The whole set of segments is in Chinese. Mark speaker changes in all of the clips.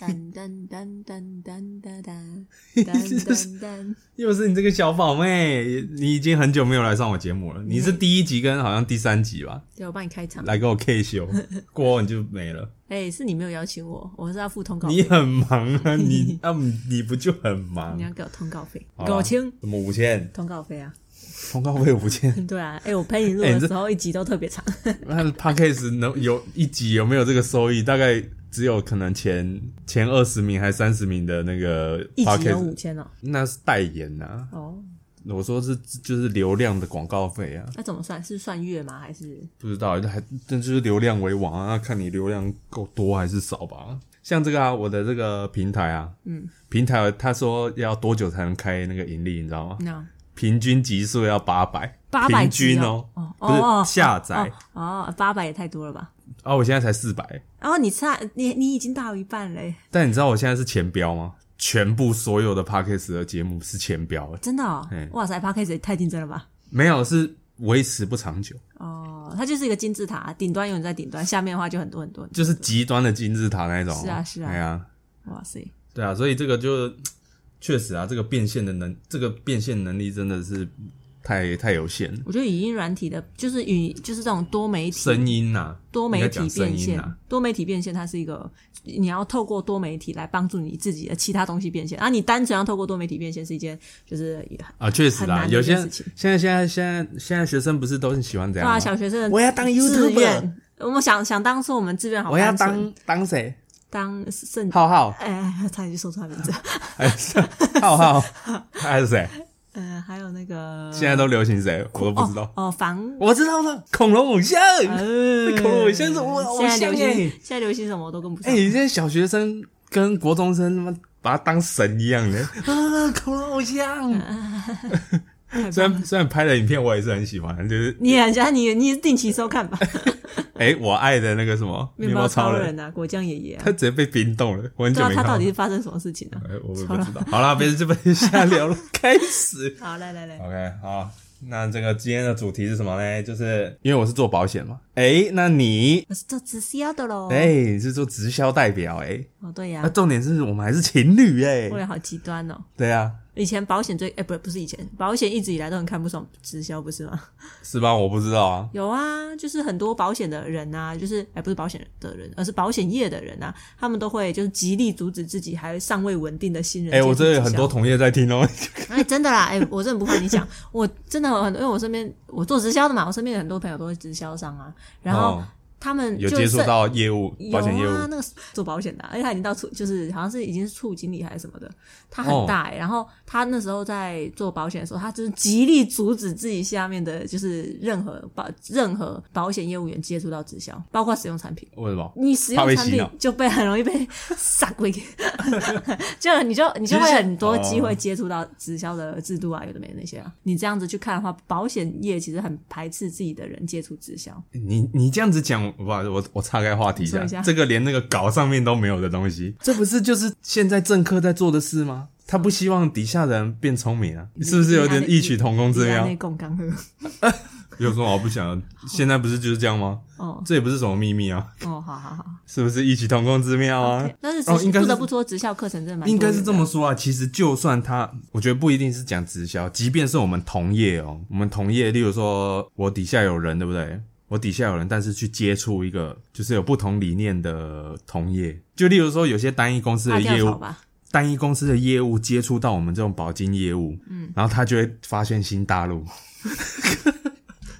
Speaker 1: 噔噔噔噔噔噔噔
Speaker 2: 这
Speaker 1: 噔
Speaker 2: 是
Speaker 1: 噔
Speaker 2: 又是你这个小宝妹，你已经很久没有来上我节目了。你是第一集跟好像第三集吧，
Speaker 1: 对，我帮你开场。
Speaker 2: 来给我 K 秀，过后你就 没了。
Speaker 1: 哎、是你没有邀请我，我是要付通告费，
Speaker 2: 你很忙啊，你啊你不就很忙
Speaker 1: 你？要给我通告费，
Speaker 2: 好 啦啊
Speaker 1: 给我清
Speaker 2: 什么五千？
Speaker 1: 通告费啊。
Speaker 2: 通告费五 千？
Speaker 1: 对啊，哎、我陪你录
Speaker 2: 哎你
Speaker 1: 的
Speaker 2: 这
Speaker 1: 时候一集都特别长，
Speaker 2: 那 Podcast 能有一集有没有这个收益？大概只有可能前前二十名还三十名的那个
Speaker 1: 一集有
Speaker 2: Podcast，
Speaker 1: 五千哦。
Speaker 2: 那是代言呐、啊。
Speaker 1: 哦，
Speaker 2: 我说是就是流量的广告费啊。
Speaker 1: 那怎么算？是算月吗？还是
Speaker 2: 不知道，还但就是流量为王啊，看你流量够多还是少吧。像这个啊，我的这个平台啊，嗯，平台他说要多久才能开那个盈利，你知道吗？
Speaker 1: 那
Speaker 2: 平均集数要八百，
Speaker 1: 800
Speaker 2: 平均
Speaker 1: 哦
Speaker 2: 不是、
Speaker 1: 哦
Speaker 2: 下载啊、
Speaker 1: 哦，八百也太多了吧？
Speaker 2: 我现在才四百，
Speaker 1: 哦，你差你你已经大我一半欸嘞，
Speaker 2: 但你知道我现在是前标吗？全部所有的 podcast 的节目是前标的，
Speaker 1: 真的哦
Speaker 2: 嗯！
Speaker 1: 哇塞 p a c k a g e 也太竞争了吧？
Speaker 2: 没有是维持不长久，
Speaker 1: 哦，它就是一个金字塔，顶端永远在顶端，下面的话就很多很多。
Speaker 2: 就是极端的金字塔那一种。
Speaker 1: 是啊是啊
Speaker 2: 哎呀，
Speaker 1: 哇塞，
Speaker 2: 对啊，所以这个就确实啊，这个变现的能，这个变现能力真的是太太有限了。
Speaker 1: 我觉得语音软体的，就是语就是这种多媒体
Speaker 2: 声音呐、
Speaker 1: 多媒
Speaker 2: 应该
Speaker 1: 体
Speaker 2: 讲声
Speaker 1: 变现，
Speaker 2: 音啊呐、
Speaker 1: 多媒体变现，它是一个你要透过多媒体来帮助你自己的其他东西变现，啊，你单纯要透过多媒体变现是一件就是
Speaker 2: 啊，确实
Speaker 1: 很
Speaker 2: 啦，
Speaker 1: 难的
Speaker 2: 有
Speaker 1: 一
Speaker 2: 些
Speaker 1: 件事情。
Speaker 2: 现在现在现在现在学生不是都是喜欢这
Speaker 1: 对
Speaker 2: 样吗？
Speaker 1: 啊，小学生的
Speaker 2: 我要当
Speaker 1: 志
Speaker 2: YouTuber，
Speaker 1: 愿，我们想想当初我们志愿好
Speaker 2: 我要
Speaker 1: 单纯
Speaker 2: 当当谁？
Speaker 1: 当圣，
Speaker 2: 浩浩，
Speaker 1: 哎，差点就说出他名字，
Speaker 2: 还是浩浩，还是谁？
Speaker 1: 嗯、还有那个
Speaker 2: 现在都流行谁？我都不知道。
Speaker 1: 哦哦，防
Speaker 2: 我知道了，恐龙偶像，
Speaker 1: 呃
Speaker 2: 恐龙偶像是我的偶
Speaker 1: 现在
Speaker 2: 像
Speaker 1: 流
Speaker 2: 哎、
Speaker 1: 行现在流行什么我都跟不
Speaker 2: 哎、
Speaker 1: 上，
Speaker 2: 你现在小学生跟国中生，他妈把他当神一样的啊，恐龙偶像。
Speaker 1: 太棒
Speaker 2: 虽
Speaker 1: 了
Speaker 2: 然虽然拍的影片我也是很喜欢，就是
Speaker 1: 你人家你你定期收 看吧，
Speaker 2: 哎、我爱的那个什么
Speaker 1: 面包超人，啊，果酱爷爷啊
Speaker 2: 他，直接被冰冻了，我很
Speaker 1: 对
Speaker 2: 久
Speaker 1: 啊，
Speaker 2: 没
Speaker 1: 他
Speaker 2: 看
Speaker 1: 到
Speaker 2: 了。
Speaker 1: 底是发生什么事情呢、啊？
Speaker 2: 哎我也不知道。好啦，别这边瞎聊了，开始。
Speaker 1: 好，来来来，
Speaker 2: OK，好。那这个今天的主题是什么呢？就是因为我是做保险嘛，哎、那你
Speaker 1: 我是做直销的喽。
Speaker 2: 哎、你是做直销代表哎、
Speaker 1: 哦，对
Speaker 2: 那、
Speaker 1: 呀、
Speaker 2: 重点是我们还是情侣哎、
Speaker 1: 我也好极端哦。
Speaker 2: 对啊，
Speaker 1: 以前保险最哎，不不是以前，保险一直以来都很看不爽直销，不是 吗？
Speaker 2: 是吧？我不知道啊，
Speaker 1: 有啊，就是很多保险的人啊，就是哎，不是保险的人，而是保险业的人啊，他们都会就是极力阻止自己还尚未稳定的新人。
Speaker 2: 哎、我这有很多同业在听哦、
Speaker 1: 哎，真的啦，哎，我真的不怕你讲， 我真的很，因为我身边我做直销的嘛，我身边有很多朋友都是直销商啊， 然后
Speaker 2: 哦
Speaker 1: 他们
Speaker 2: 有
Speaker 1: 就
Speaker 2: 接触
Speaker 1: 是
Speaker 2: 到业务，
Speaker 1: 有
Speaker 2: 保险业务，
Speaker 1: 啊，那个做保险的啊、而且他已经到处就是好像是已经是处经理还是什么的，他
Speaker 2: 哦
Speaker 1: 很大、欸然后他那时候在做保险的时候，他就是极力阻止自己下面的就是任何保任何保险业务员接触到直销，包括使用产品。
Speaker 2: 为什么？
Speaker 1: 你使
Speaker 2: 怕
Speaker 1: 用
Speaker 2: 被
Speaker 1: 产
Speaker 2: 洗
Speaker 1: 品
Speaker 2: 脑
Speaker 1: 就被很容易被 撒鬼，就你就你就
Speaker 2: 其实
Speaker 1: 会
Speaker 2: 是
Speaker 1: 很多机会接触到直销的制度啊，有的没的那些啊。你这样子去看的话，保险业其实很排斥自己的人接触直销。
Speaker 2: 你你这样子讲，不好意思，我我岔开话题一
Speaker 1: 你
Speaker 2: 下，
Speaker 1: 说一下
Speaker 2: 这个连那个稿上面都没有的东西，这不是就是现在政客在做的事吗？他不希望底下的人变聪明啊，是不是有点异曲同工之妙
Speaker 1: 内？共刚喝
Speaker 2: 有什么我不想？现在不是就是这样吗？
Speaker 1: 哦
Speaker 2: 这也不是什么秘密啊，
Speaker 1: 哦，好好好。
Speaker 2: 是不是异曲同工之妙啊
Speaker 1: OK，但是
Speaker 2: 哦
Speaker 1: 直
Speaker 2: 应该
Speaker 1: 不
Speaker 2: 是
Speaker 1: 得不说，职校课程真的蛮
Speaker 2: 应该是
Speaker 1: 多元的
Speaker 2: 这么说啊，其实就算他，我觉得不一定是讲直销，即便是我们同业哦，我们同业，例如说我底下有人，对不对？我底下有人，但是去接触一个就是有不同理念的同业，就例如说有些单一公司
Speaker 1: 大
Speaker 2: 的
Speaker 1: 跳
Speaker 2: 业
Speaker 1: 槽
Speaker 2: 务，
Speaker 1: 吧，
Speaker 2: 单一公司的业务接触到我们这种保金业务，嗯，然后他就会发现新大陆，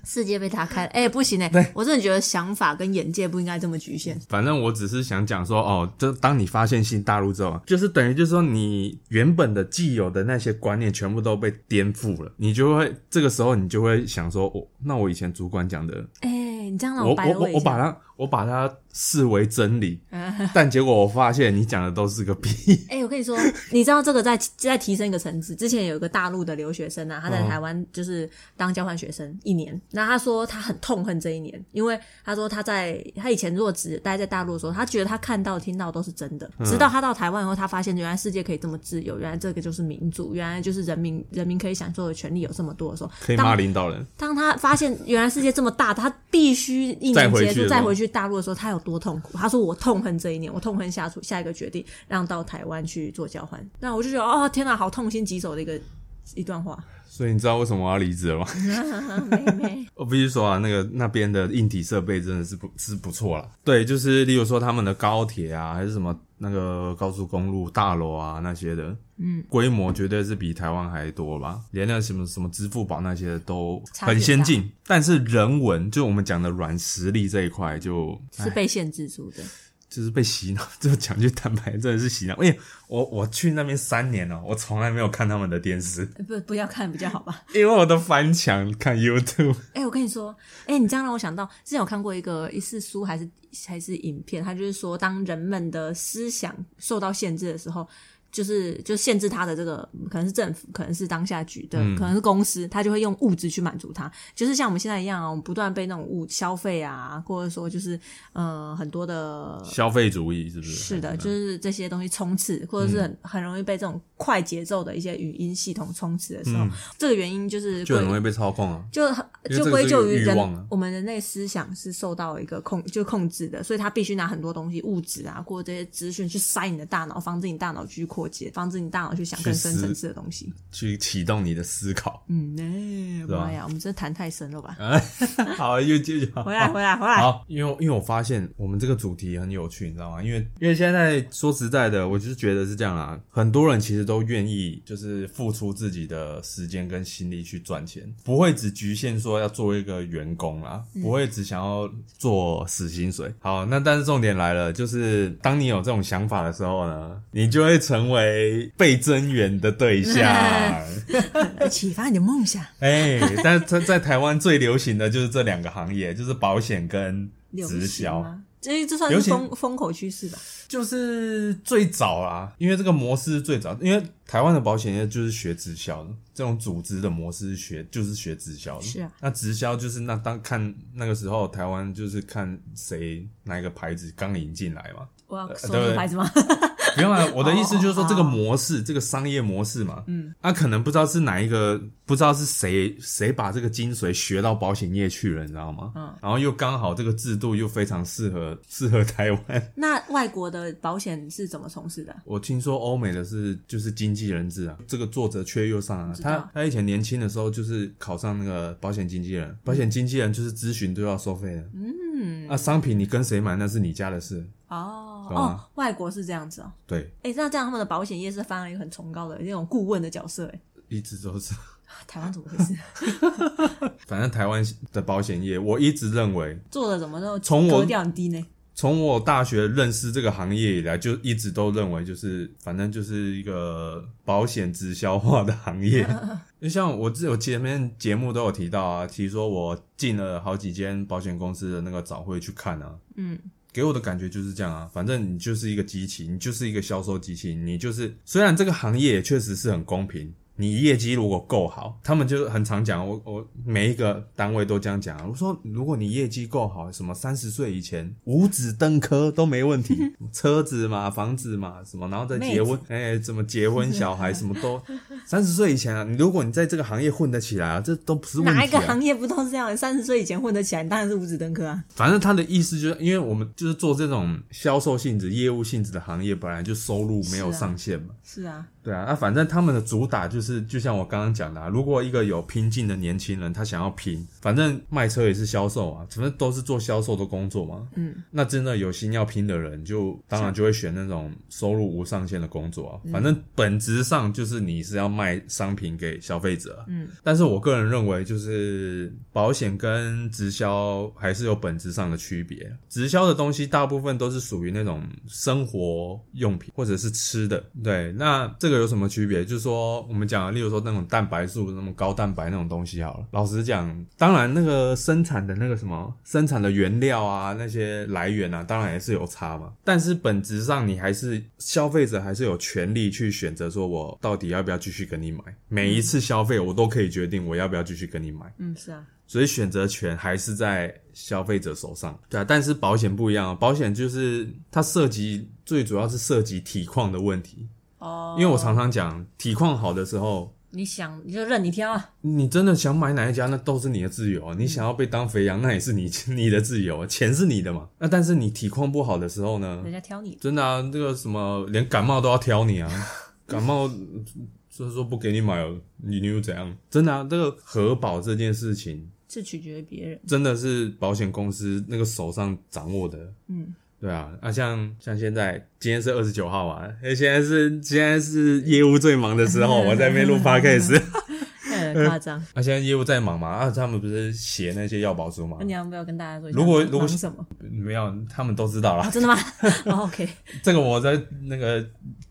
Speaker 1: 世界被他开了，哎、不行哎、
Speaker 2: 对
Speaker 1: 我真的觉得想法跟眼界不应该这么局限。
Speaker 2: 反正我只是想讲说，哦，这当你发现新大陆之后，就是等于就是说，你原本的既有的那些观念全部都被颠覆了，你就会这个时候你就会想说，我、那我以前主管讲的，
Speaker 1: 哎、你这样让
Speaker 2: 我
Speaker 1: 白了
Speaker 2: 我我
Speaker 1: 一
Speaker 2: 我
Speaker 1: 下
Speaker 2: 把它我把它视为 真理，但结果我发现你讲的都是个屁。
Speaker 1: 哎、我跟你说，你知道这个在在提升一个层次。之前有一个大陆的留学生啊，他在
Speaker 2: 嗯
Speaker 1: 台湾就是当交换学生一年，那他说他很痛恨这一年，因为他说他在他以前如果只待在大陆的时候，他觉得他看到听到都是真的，
Speaker 2: 嗯
Speaker 1: 直到他到台湾以后，他发现原来世界可以这么自由，原来这个就是民主，原来就是人民人民可以享受的权利有这么多的时候，
Speaker 2: 可以
Speaker 1: 当
Speaker 2: 骂领导人，
Speaker 1: 当他发现原来世界这么大，他必须一
Speaker 2: 再
Speaker 1: 年
Speaker 2: 回
Speaker 1: 结
Speaker 2: 去
Speaker 1: 束
Speaker 2: 的
Speaker 1: 再
Speaker 2: 时候
Speaker 1: 回去大陆的时候，他有多痛苦？他说我痛恨这一年，我痛恨下出下一个决定让到台湾去做交换。那我就觉得哦，天哪，好痛心疾首的一个一段话。
Speaker 2: 所以你知道为什么我要离职了吗？
Speaker 1: 妹妹，
Speaker 2: 我必须说啊，那个那边的硬体设备真的是不是不错啦。对，就是例如说他们的高铁啊，还是什么那个高速公路大楼啊那些的，嗯，规模绝对是比台湾还多吧。连那什么什么支付宝那些都
Speaker 1: 差别
Speaker 2: 很先进，但是人文就我们讲的软实力这一块就，哎
Speaker 1: 是被限制住的。
Speaker 2: 就是被洗脑。 就讲句坦白，真的是洗脑。因为我我去那边三年了、我从来没有看他们的电视，
Speaker 1: 呃不，不要看比较好吧。
Speaker 2: 因为我都翻墙看 YouTube。
Speaker 1: 哎、我跟你说，哎、你这样让我想到，之前有看过一个一是书还是还是影片，它就是说，当人们的思想受到限制的时候，就是就限制他的这个可能是政府，可能是当下局的，
Speaker 2: 嗯
Speaker 1: 可能是公司，他就会用物质去满足他，就是像我们现在一样啊，我们不断被那种物消费啊，或者说就是呃很多的
Speaker 2: 消费主义是不是？嗯
Speaker 1: 是的，就是这些东西冲刺，或者是很很容易被这种快节奏的一些语音系统冲刺的时候，这个原因就是
Speaker 2: 嗯就很
Speaker 1: 归
Speaker 2: 容易被操控啊。
Speaker 1: 就
Speaker 2: 因为
Speaker 1: 就
Speaker 2: 这个
Speaker 1: 归
Speaker 2: 是
Speaker 1: 咎于
Speaker 2: 一个欲
Speaker 1: 人
Speaker 2: 望啊，
Speaker 1: 我们人类思想是受到一个控就控制的，所以他必须拿很多东西物质啊，或者这些资讯去塞你的大脑，防止你大脑去扩解，防止你大脑去想更深
Speaker 2: 去思
Speaker 1: 层次的东 西。
Speaker 2: 去启动你的思考。
Speaker 1: 嗯，哎、
Speaker 2: 吧
Speaker 1: 妈呀，我们真的谈太深了 吧？
Speaker 2: 好，又继续
Speaker 1: 回来，回来，回来！
Speaker 2: 好，因为因为我发现我们这个主题很有趣，你知道吗？因为因为现在说实在的，我就是觉得是这样啦，很多人其实都愿意就是付出自己的时间跟心力去赚钱，不会只局限说要做一个员工啦，
Speaker 1: 嗯
Speaker 2: 不会只想要做死薪水。好，那但是重点来了，就是当你有这种想法的时候呢，你就会成为被增援的 对象。
Speaker 1: 来启发你的梦想，
Speaker 2: 哎、但是在在台湾最流行的就是这两个行业，就是保险跟
Speaker 1: 流
Speaker 2: 直
Speaker 1: 行
Speaker 2: 销，
Speaker 1: 吗？这这算
Speaker 2: 流
Speaker 1: 是
Speaker 2: 行
Speaker 1: 风风口趋势吧？
Speaker 2: 就是最早啦，因为这个模式是最早，因为台湾的保险业就是学直销的，这种组织的模式是学就是学直销的。
Speaker 1: 是啊，
Speaker 2: 那直销就是那当看那个时候台湾就是看谁哪一个牌子刚引进来嘛，
Speaker 1: 我要说
Speaker 2: 呃对
Speaker 1: 这个牌子吗？
Speaker 2: 不用啊，我的意思就是说这个模式，这个商业模式嘛，嗯，啊，可能不知道是哪一个，不知道是谁谁把这个精髓学到保险业去了，你知道吗？嗯，然后又刚好这个制度又非常适合适合台湾。
Speaker 1: 那外国的保险是怎么从事的？
Speaker 2: 我听说欧美的是就是经纪人制啊，这个作者却又上啊，
Speaker 1: 知道
Speaker 2: 他他以前年轻的时候就是考上那个保险经纪
Speaker 1: 嗯
Speaker 2: 人，保险经纪人就是咨询都要收费的，嗯，啊，商品你跟谁买那是你家的事，
Speaker 1: 哦
Speaker 2: 懂
Speaker 1: 哦
Speaker 2: 啊，
Speaker 1: 外国是这样子哦。
Speaker 2: 对，
Speaker 1: 哎、那这样他们的保险业是发了一个很崇高的那种顾问的角色、诶
Speaker 2: 一直都是。
Speaker 1: 哎，台湾怎么回 事？
Speaker 2: 反正台湾的保险业，我一直认为
Speaker 1: 做的怎么都
Speaker 2: 从我
Speaker 1: 格调很低呢？
Speaker 2: 从我大学认识这个行业以来，就一直都认为就是反正就是一个保险直销化的行业。就像我之我前面节目都有提到啊，提说我进了好几间保险公司的那个早会去看啊，
Speaker 1: 嗯，
Speaker 2: 给我的感觉就是这样啊，反正你就是一个机器，你就是一个销售机器，你就是虽然这个行业也确实是很公平。你业绩如果够好，他们就很常讲，我我每一个单位都这样讲啊。我说，如果你业绩够好，什么三十岁以前五子登科都没 问题，车子嘛、房子嘛，什么，然后再结婚，哎、怎么结婚、小孩什么都，三十岁以前啊，你如果你在这个行业混得起来啊，这都不是问题、啊。
Speaker 1: 哪一个行业不都是这样？三十岁以前混得起来，你当然是五子登科啊。
Speaker 2: 反正他的意思就是，因为我们就是做这种销售性质、业务性质的行业，本来就收入没有上限嘛。
Speaker 1: 是啊，
Speaker 2: 对啊，那、反正他们的主打就是，就像我刚刚讲的、啊，如果一个有拼劲的年轻人，他想要拼，反正卖车也是销售啊，反正都是做销售的工作嘛。
Speaker 1: 嗯，
Speaker 2: 那真的有心要拼的人就，当然就会选那种收入无上限的工作啊。反正本质上就是你是要卖商品给消费者啊、
Speaker 1: 嗯，
Speaker 2: 但是我个人认为，就是保险跟直销还是有本质上的区别。直销的东西大部分都是属于那种生活用品或者是吃的，对。那这个有什么区别？就是说，我们讲，例如说那种蛋白素、那种高蛋白那种东西好了。老实讲，当然那个生产的那个什么生产的原料啊，那些来源啊，当然也是有差嘛。但是本质上，你还是消费者，还是有权利去选择，说我到底要不要继续跟你买。每一次消费，我都可以决定我要不要继续跟你买。
Speaker 1: 嗯，是啊，
Speaker 2: 所以选择权还是在消费者手上，对啊。但是保险不一样啊，保险就是它涉及最主要是涉及体况的问题，
Speaker 1: 哦
Speaker 2: 因为我常常讲体况好的时候，
Speaker 1: 你想你就任你挑啊，
Speaker 2: 你真的想买哪一家，那都是你的自由啊。你想要被当肥羊， 那也是你你的自由啊，钱是你的嘛。那但是你体况不好的时候呢
Speaker 1: 人，家挑你，
Speaker 2: 真的啊，这个什么连感冒都要挑你啊，感冒就是说不给你买，哦你你又怎样？真的啊，这个核保这件事情。
Speaker 1: 是取决于别 人。
Speaker 2: 真的是保险公司那个手上掌握的。
Speaker 1: 嗯，
Speaker 2: 对啊，那、像像现在今天是二十九号嘛，哎，现在是现在是业务最忙的时候，我在那边录 podcast。
Speaker 1: 那很夸 张。
Speaker 2: 那、现在业务在忙嘛，啊，他们不是写那些要保书吗
Speaker 1: 那？你要不要跟大家说一下
Speaker 2: 如果
Speaker 1: 忙
Speaker 2: 如果
Speaker 1: 忙什 么？
Speaker 2: 没有，他们都知道
Speaker 1: 啊，
Speaker 2: 啦。
Speaker 1: 真的吗 哦？OK，
Speaker 2: 这个我在那个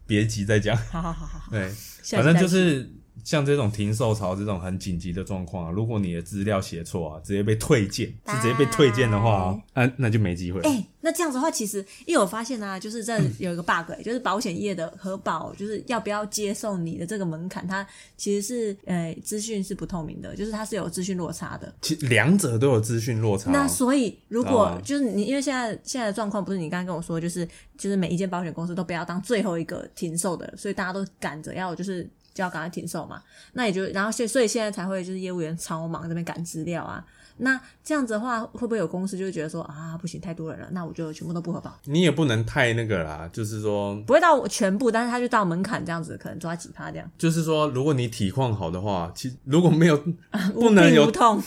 Speaker 2: 别急再讲。
Speaker 1: 好好好好好，
Speaker 2: 对，
Speaker 1: 下
Speaker 2: 反
Speaker 1: 一集
Speaker 2: 正
Speaker 1: 再提
Speaker 2: 就是像这种停售潮这种很紧急的状况啊，如果你的资料写错啊，直接被退件，是直接被退件的话啊，啊那就没机会了。
Speaker 1: 哎、那这样子的话，其实因为我发现啊，就是这有一个 bug，、欸、就是保险业的核保，就是要不要接受你的这个门槛，它其实是呃资讯是不透明的，就是它是有资讯落差的。
Speaker 2: 其两者都有资讯落差哦、
Speaker 1: 那所以如果、
Speaker 2: 啊
Speaker 1: 就是你，因为现在现在的状况不是你刚刚跟我说，就是就是每一间保险公司都不要当最后一个停售的，所以大家都赶着要就是。就要赶快停售嘛，那也就然后现所以现在才会就是业务员超忙这边赶资料啊，那这样子的话会不会有公司就会觉得说啊不行太多人了，那我就全部都不核保，
Speaker 2: 你也不能太那个啦，就是说，
Speaker 1: 不会到全部，但是他就到门槛这样子，可能抓几趴这样，
Speaker 2: 就是说，如果你体况好的话，其如果没有 不
Speaker 1: 无
Speaker 2: 能
Speaker 1: 病无
Speaker 2: 有
Speaker 1: 痛。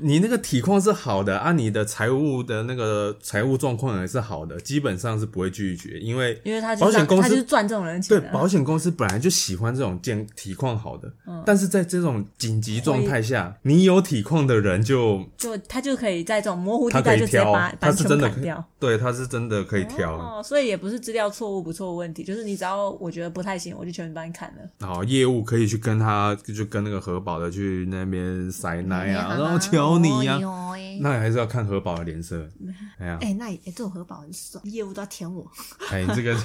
Speaker 2: 你那个体况是好的啊，你的财务的那个财务状况也是好的，基本上是不会拒绝，因为
Speaker 1: 因为他就
Speaker 2: 保
Speaker 1: 是
Speaker 2: 险公
Speaker 1: 他就是
Speaker 2: 司。
Speaker 1: 赚这种人钱
Speaker 2: 对
Speaker 1: 的啊。
Speaker 2: 保险公司本来就喜欢这种健体况好的，
Speaker 1: 嗯
Speaker 2: 但是在这种紧急状态下，你有体况的人就
Speaker 1: 就他就可以在这种模糊
Speaker 2: 他
Speaker 1: 地
Speaker 2: 可
Speaker 1: 带
Speaker 2: 以
Speaker 1: 就直接
Speaker 2: 挑
Speaker 1: 把，
Speaker 2: 他
Speaker 1: 版
Speaker 2: 是
Speaker 1: 权
Speaker 2: 真的
Speaker 1: 砍
Speaker 2: 可以
Speaker 1: 掉。，
Speaker 2: 对，他是真的可以挑。
Speaker 1: 哦，所以也不是资料错误不错误问题，就是你只要我觉得不太行，我就全部帮你砍了。
Speaker 2: 好，业务可以去跟他，就跟那个核保的去那边塞奶啊，然后求你呀、
Speaker 1: 嗯哦哎、
Speaker 2: 那还是要看核保的脸 色。哎呀，
Speaker 1: 哎那也、哎这种核保很爽，业务都要舔我。
Speaker 2: 哎，这个，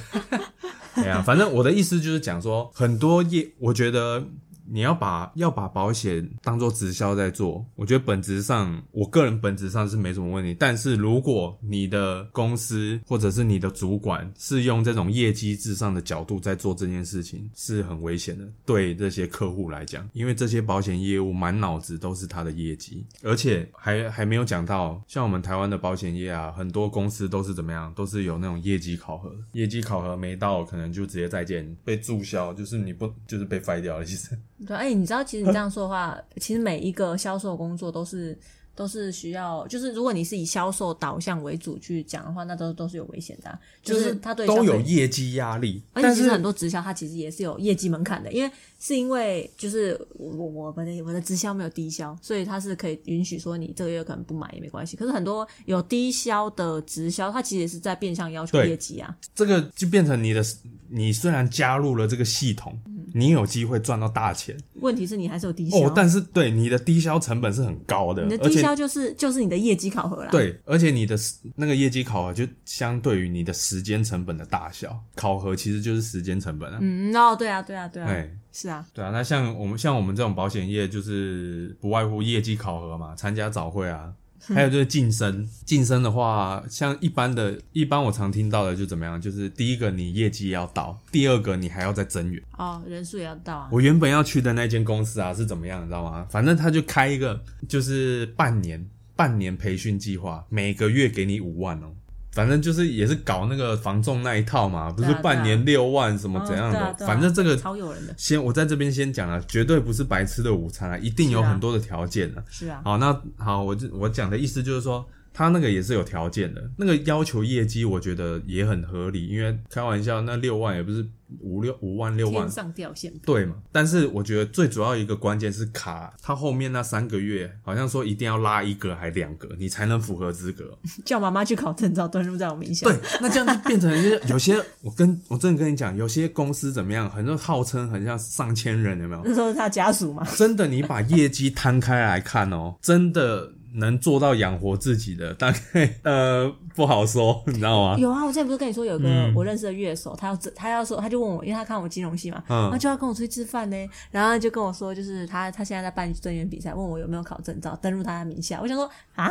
Speaker 2: 哎呀，反正我的意思就是讲说，很多业，我觉得你要把要把保险当做直销在做，我觉得本质上，我个人本质上是没什么问题。但是如果你的公司或者是你的主管是用这种业绩至上的角度在做这件事情，是很危险的，对这些客户来讲，因为这些保险业务满脑子都是他的业绩，而且还还没有讲到，像我们台湾的保险业啊，很多公司都是怎么样，都是有那种业绩考核，业绩考核没到，可能就直接再见，被注销，就是你不就是被废掉了，其实。
Speaker 1: 对，哎、你知道，其实你这样说的话，其实每一个销售工作都是都是需要，就是如果你是以销售导向为主去讲的话，那都都是有危险的啊、 就是他对消
Speaker 2: 都
Speaker 1: 费
Speaker 2: 有业绩压力，
Speaker 1: 而且
Speaker 2: 但
Speaker 1: 其实
Speaker 2: 是
Speaker 1: 很多直销它其实也是有业绩门槛的，因为是因为就是我我我的我的直销没有低销，所以它是可以允许说你这个月可能不买也没关系。可是很多有低销的直销，它其实也是在变相要求
Speaker 2: 对
Speaker 1: 业绩啊。
Speaker 2: 这个就变成你的，你虽然加入了这个系统，你有机会赚到大钱
Speaker 1: 问题是你还是有嗯低销，啊
Speaker 2: 哦，但是对你的低销成本是很高的，
Speaker 1: 你的
Speaker 2: 而
Speaker 1: 低
Speaker 2: 且
Speaker 1: 销就是就是你的业绩考核啦。，
Speaker 2: 对，而且你的时那个业绩考核就相对于你的时间成本的大小，考核其实就是时间成本啊。
Speaker 1: 嗯，哦，对啊，对啊，对啊，
Speaker 2: 哎，
Speaker 1: 是啊，
Speaker 2: 对啊，那像我们像我们这种保险业，就是不外乎业绩考核嘛，参加早会啊，还有就是晋升。晋升的话，像一般的，一般我常听到的就怎么样，就是第一个你业绩要到，第二个你还要再增援。
Speaker 1: 哦，人数也要到啊。
Speaker 2: 我原本要去的那间公司啊是怎么样，你知道吗？反正他就开一个就是半年半年培训计划，每个月给你五万哦。反正就是也是搞那个防重那一套嘛，不
Speaker 1: 对啊
Speaker 2: 是半年六万什么怎样
Speaker 1: 哦对啊
Speaker 2: 的，
Speaker 1: 对啊
Speaker 2: 反正这个
Speaker 1: 超诱人的，
Speaker 2: 先我在这边先讲了，啊绝对不是白吃的午餐啊，一定有
Speaker 1: 是啊
Speaker 2: 很多的条件啊。
Speaker 1: 是啊，
Speaker 2: 好，那好，我就我讲的意思就是说，他那个也是有条件的，那个要求业绩，我觉得也很合理，因为开玩笑，那六万也不是五六五万六万
Speaker 1: 天，上掉馅饼，
Speaker 2: 对嘛？但是我觉得最主要一个关键是卡，他后面那三个月好像说一定要拉一个还两个，你才能符合资格。
Speaker 1: 叫妈妈去考证照，登录在我名下。
Speaker 2: 对， 那这样就变成就是有些，我跟我真的跟你讲，有些公司怎么样，很多号称很像上千人，有没有？
Speaker 1: 那时候是他家属嘛，
Speaker 2: 真的，你把业绩摊开来看哦，真的能做到养活自己的，大概呃不好说，你知道吗？
Speaker 1: 有啊，我之前不是跟你说有个
Speaker 2: 嗯
Speaker 1: 我认识的乐手，他要自他要说，他就问我，因为他看我金融系嘛，
Speaker 2: 嗯
Speaker 1: 然后就要跟我出去吃饭呢，然后他就跟我说，就是他他现在在办证员比赛，问我有没有考证照，登入他的名下。我想说啊，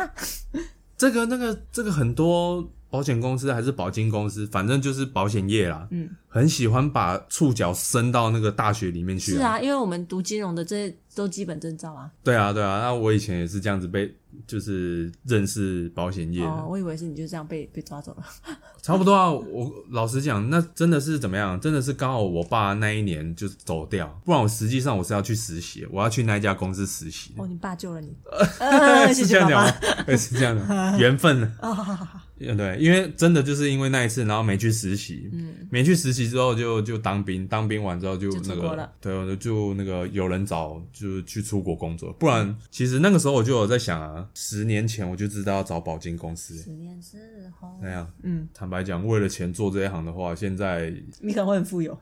Speaker 2: 这个那个这个很多保险公司还是保金公司，反正就是保险业啦，
Speaker 1: 嗯，
Speaker 2: 很喜欢把触角伸到那个大学里面去、
Speaker 1: 是啊，因为我们读金融的这些都基本证照啊。
Speaker 2: 对啊，对啊，那我以前也是这样子被，就是认识保险业的，
Speaker 1: 哦，我以为是你就这样被被抓走了。
Speaker 2: 差不多啊。我老实讲，那真的是怎么样？真的是刚好我爸那一年就走掉，不然我实际上我是要去实习，我要去那一家公司实习的。
Speaker 1: 哦，你爸救了你， 呃谢
Speaker 2: 是
Speaker 1: 谢
Speaker 2: 这
Speaker 1: 爸
Speaker 2: 样讲吗
Speaker 1: 爸。？
Speaker 2: 对是这样的，缘分呢？
Speaker 1: 哦，好好好，
Speaker 2: 对，因为真的就是因为那一次，然后没去实习，嗯，没去实习之后就就当兵，当兵完之后就
Speaker 1: 就出
Speaker 2: 那
Speaker 1: 国
Speaker 2: 个
Speaker 1: 了，
Speaker 2: 对，我就就那个有人找，就是去出国工作，
Speaker 1: 嗯
Speaker 2: 不然其实那个时候我就有在想啊，十年前我就知道要找保金公司，
Speaker 1: 十年之后
Speaker 2: 那，样，
Speaker 1: 嗯，
Speaker 2: 坦白讲，为了钱做这一行的话，现在
Speaker 1: 你可能会很富有，